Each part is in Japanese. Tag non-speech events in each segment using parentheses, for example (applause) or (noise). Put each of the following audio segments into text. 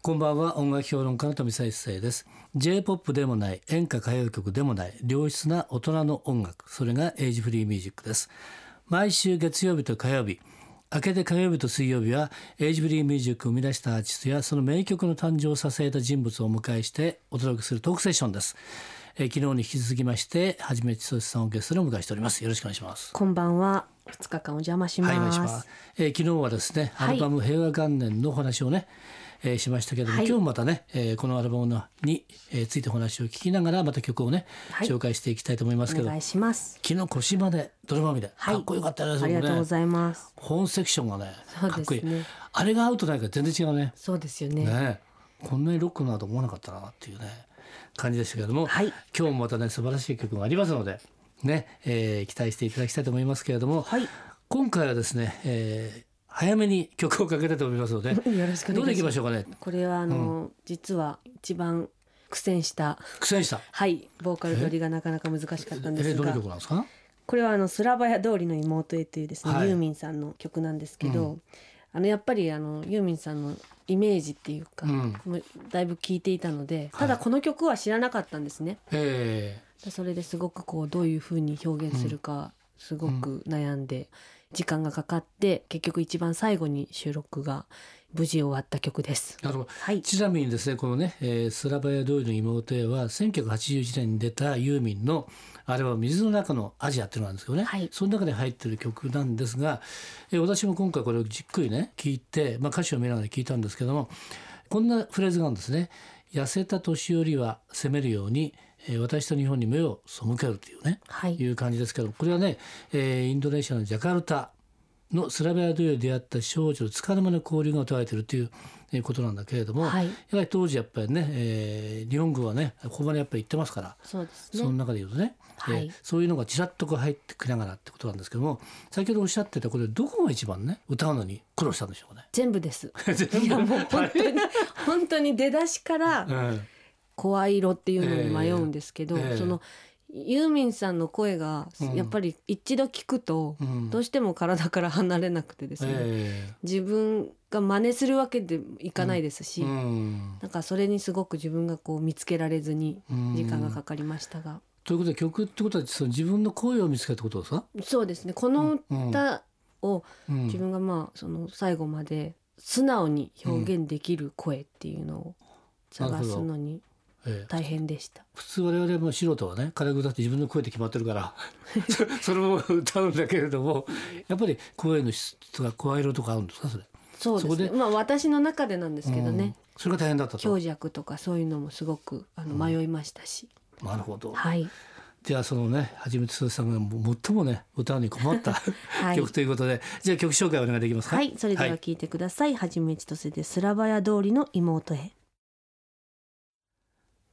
こんばんは音楽評論家の富澤一世です J-POP でもない演歌歌謡曲でもない良質な大人の音楽それがエイジフリーミュージックです毎週月曜日と火曜日明けて火曜日と水曜日はエイジフリーミュージックを生み出したアーティストやその名曲の誕生を支えた人物をお迎えしてお届けするトークセッションですえー昨日に引き続きましてはじめちそしさんをゲストにお迎えしておりますよろしくお願いしますこんばんは。二日間お邪魔します。はい、お願いします。えー昨日はですね、アはいルバム平和元年のお話をね、えーしましたけども、はい今日またね、えーこのアルバムのに、えーついてお話を聞きながら、また曲をね、はい紹介していきたいと思いますけおど願。いします。昨日腰まで、ドラマみたい、はいかっこよかったですありもんがとうごね。ざいます。本セクションがね、そうかっでこいいす。ね。あれが合うとないから全然違うね。そうですよね。ねえ、こんなにロックなと思わなかったなっていうね、感じでしたけども。はい。今日もまたね素晴らしい曲がありますのでね、えー期待していただきたいと思いますけれども、はい今回はですね、えー早めに曲をかけたいと思いますの (laughs) でよろしくおど願れいきいしまます。しょうかねこれはあの、実は一番苦戦した。苦戦したはい、ボーカル取りがなかなか難しかったんでえすどれが、曲なんですかこれはあのスラバヤ通りの妹へというですね、はいユーミンさんの曲なんですけど、あのやっぱりあのユーミンさんのイメージっていうか、うんもうだいぶ聞いていたので、はいただこの曲は知らなかったんですね。えでそれですごくこうどういうふうに表現するかすごく悩んで時間がかかって結局一番最後に収録が無事終わった曲です。ー、なるほどはい、ちなみにですねこのね「えー、スラバヤ通りの妹へ」は1981年に出たユーミンのあれは水の中のアジア」っていうのがあるんですけどね、はいその中で入ってる曲なんですが、えー私も今回これをじっくりね聞いて、まあ、歌詞を見ながら聞いたんですけどもこんなフレーズがあるんですね「痩せた年寄りは責めるように、えー私と日本に目を背ける」というねはいい、う感じですけどこれはね、えーインドネシアのジャカルタのスラベアドゥで出会った少女のつかの間の交流が歌われているというえーことなんだけれども、はいやはり当時やっぱりね、えー日本軍はねここまでやっぱり行ってますから、そうですそのね。中で言うとね、はいえーそういうのがちらっとこう入ってきながらってことなんですけども先ほどおっしゃってたこれどこが一番ね歌うのに苦労したんでしょうかね。全部です。全部 (laughs) いやもう本当 (laughs) に本当に出だしからうん声色っていうのに迷うんですけど、ええええそのユーミンさんの声がうんやっぱり一度聞くとうんどうしても体から離れなくてですね、え自分が真似するわけでいかないですし、ーうんなんかそれにすごく自分がこう見つけられずにうん時間がかかりましたが、ということで曲ってことはその自分の声を見つけたってことですか、そうですねこのうん歌をうん自分がまあその最後まで素直に表現できる声っていうのを探すのにえー大変でした。普通我々も素人はね軽く歌って自分の声で決まってるからそ (laughs) そのまま歌うんだけれどもやっぱり声の質とか声色とかあるんですかそれ。そうですねそこまあ私の中でなんですけどうんね、それが大変だった強と。弱とかそういうのもすごくあの迷いましたし、なるほど。はい、ではそのねはじめつつさんがも最もね歌に困った、はい (laughs) 曲ということでじゃあ曲紹介お願いできますか。はい、それでは聞いてください。はじめちとせでスラバヤ通りの妹へ。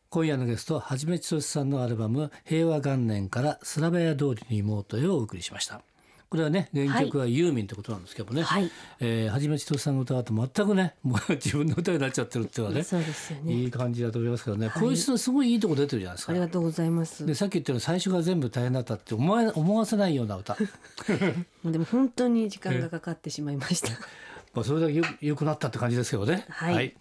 今夜のゲストははじめちとしさんのアルバム「平和元年」から「スラベヤ通りの妹へ」をお送りしました。これはね原曲はユーミンってことなんですけどもね、はい、えーはじめちとしさんの歌と全くね (laughs) もう自分の歌になっちゃってるっていうのはねそうですよね。いい感じだと思いますけどね、はいこういう人のすごいいいとこ出てるじゃないですあかり。がとうございます。でさっき言ったように最初が全部大変だったって思わ思わせないような (laughs) 歌でも本当に時間がかかってしまいました。まあそれだけよよくなったって感じですけどね。はい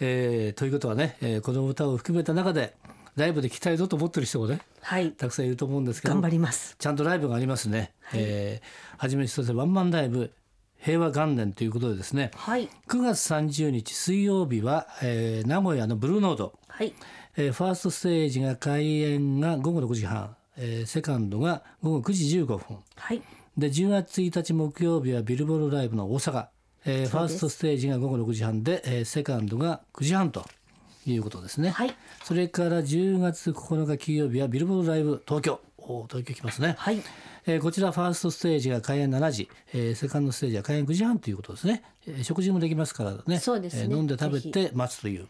えーということはね、えーこの歌を含めた中でライブで聴きたいぞと思ってる人もねはい、たくさんいると思うんですけど頑張ります。ちゃんとライブがありますね。えーはじめに一つワンマンライブ平和元年ということでですねはい、 9月30日水曜日は、えー名古屋のブルーノードはい、えーファーストステージが開演が午後6時半、えーセカンドが午後9時15分はい、で10月1日木曜日はビルボードライブの大阪、えーファーストステージが午後6時半で、えーセカンドが9時半ということですね、はい、それから10月9日金曜日はビルボードライブ東京おー東京来ますね、はい、えーこちらファーストステージが開演7時、えーセカンドステージは開演9時半ということですね、えー食事もできますからねそうですねえー飲んで食べて待つという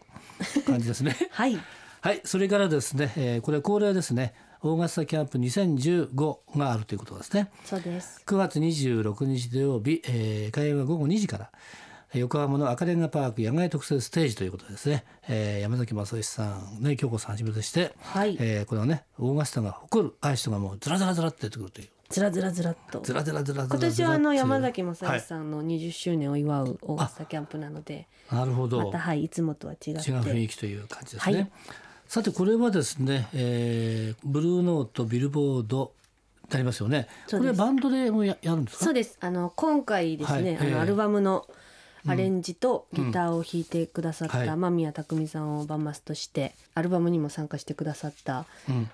感じです (laughs) ねはい、はい、それからですね、えーこれは恒例ですね、大型キャンプ2015があるということですね。そうです。 9月26日土曜日、えー開演は午後2時から、えー横浜の赤レンガパーク野外特設ステージということですね。えー山崎正義さん、ね、京子さんはじめとして、はい、えーこれはね、大型が誇るアイスがもうずらずらずらって出てくるという。ずらずらずらっとずらずらずらずらずら今年はあのずら山崎雅也さんの20周年を祝う大型キャンプなので、なるほど、またはいいつもとは違って違う雰囲気という感じですね。はいさてこれはですね、えーブルーノートビルボードになりますよね。こそうれですはバンドでもややるんですかそうですあの今回ですはね、いあええのアルバムのアレンジとギターを弾いてくださっうんはたい間宮拓海さんをバンマスとしてアルバムにも参加してくださった、ん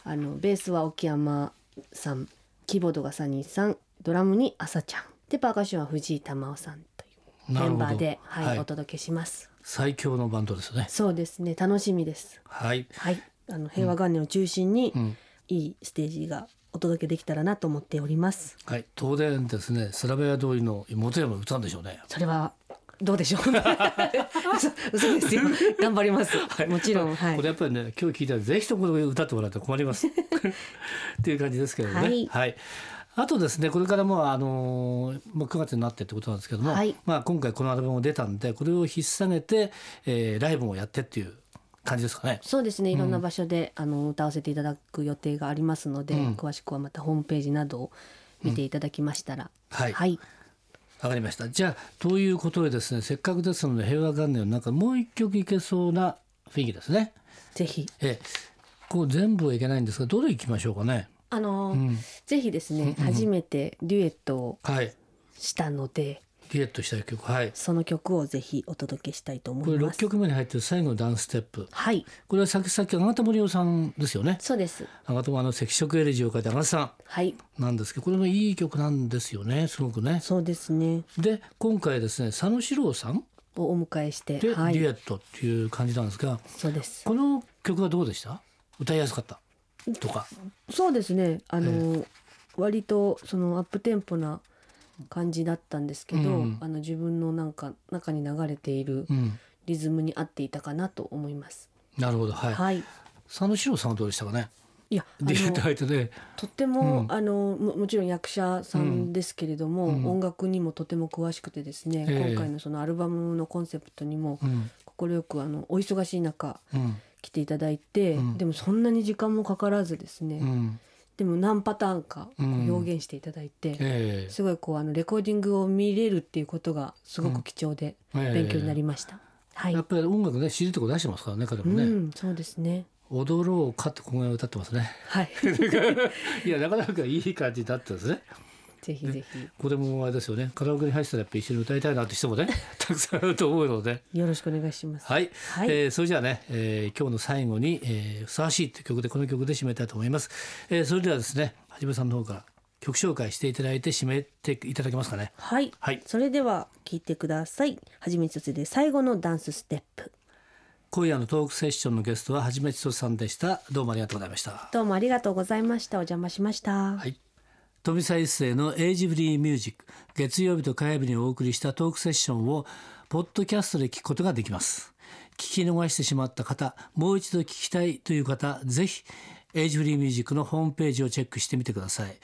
あのベースは沖山さんキーボードがサニーさんドラムに朝ちゃんでパーカッションは藤井珠緒さんというなメるほンどバーで、はいはいお届けします。最強のバンドですね。そうですね楽しみです、はい。はい、あの平和元年を中心に、うんいいステージがお届けできたらなと思っております。はい、当然ですね、スラベア通りの元山歌うんでしょうね。それはどうでしょう。 (laughs) 嘘嘘ですよ。頑張ります。もちろん、はいこれ。やっぱりね、今日聞いたら、ぜひともこれ歌ってもらって困り (laughs) ます。っていう感じですけどね。はいあとですね、これからもう、あのー、もう9月になってってことなんですけども、はいまあ、今回このアルバムも出たんで、これを引っ提げて、えーライブもやってっていう感じですかね。そうですね。いろんな場所で、あの歌わせていただく予定がありますので、うん詳しくはまたホームページなどを見ていただきましたら、はいはい、わかりました。じゃあ、ということでですね、せっかくですので、平和元年の中、もう一曲いけそうな雰囲気ですね。ぜひえーこう全部はいけないんですが、どれいきましょうかね。あの、うんぜひですね、初めてデュエットをはい。したので、デュエットした曲はいその曲をぜひお届けしたいと思これいま6す。曲目に入ってる最後のダンスステップはい、これは先々あがた森夫さんですよねそうです。あがたもあの赤色エレジーを書いてあがたさはい、んなんですけどこれもいい曲なんですよねすごくねそうですね。で今回ですね佐野史郎さんをお迎えして、でデはいュエットっていう感じなんですが、そうです。この曲はどうでした歌いやすかったとかそうですね。あの、割とそのアップテンポな感じだったんですけど、うんあの自分のなんか中に流れているうんリズムに合っていたかなと思います。なるほどはい、はい。佐野史郎さんはどうでしたかねいや、あデュエットの入ってねとっても、うんあのももちろん役者さんですけれども、うん音楽にもとても詳しくてですね、ええ今回のそのアルバムのコンセプトにもうん快くあのお忙しい中うん来ていただいて、うんでもそんなに時間もかからずですね、うんでも何パターンかこううん表現していただいて、ええすごいこうあのレコーディングを見れるっていうことがすごく貴重でええ勉強になりました。はい。やっうぱり音楽ね CD とか出してますからね彼もね、ん、そうですね。踊ろうかってこのぐらい歌ってますねはい。 (laughs) いやなかなかいい感じだったんですねぜひぜこれもあれですよねカラオケに入ってたらやっぱ一緒に歌いたいなって人 (laughs) もねたくさんあると思うのでひよろしくお願いします。はい、はいえーそれじゃあね、えー今日の最後に、えーふさわしい」という曲でこの曲で締めたいと思います、えーそれではですねはじめさんの方から曲紹介していただいて締めていただけますかねはい。はいそれでは聞いてください。はじめつつで最後のダンスステップ。今夜のトークセッションのゲストははじめちとさんでしたどうもありがとうございましたどうもありがとうございました。お邪魔しました。はい。富澤一世のエイジフリーミュージック月曜日と火曜日にお送りしたトークセッションをポッドキャストで聞くことができます聞き逃してしまった方もう一度聞きたいという方ぜひエイジフリーミュージックのホームページをチェックしてみてください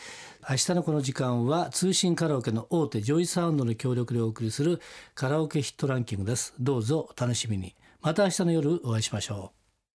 明日のこの時間は通信カラオケの大手ジョイサウンドの協力でお送りするカラオケヒットランキングですどうぞお楽しみにまた明日の夜お会いしましょう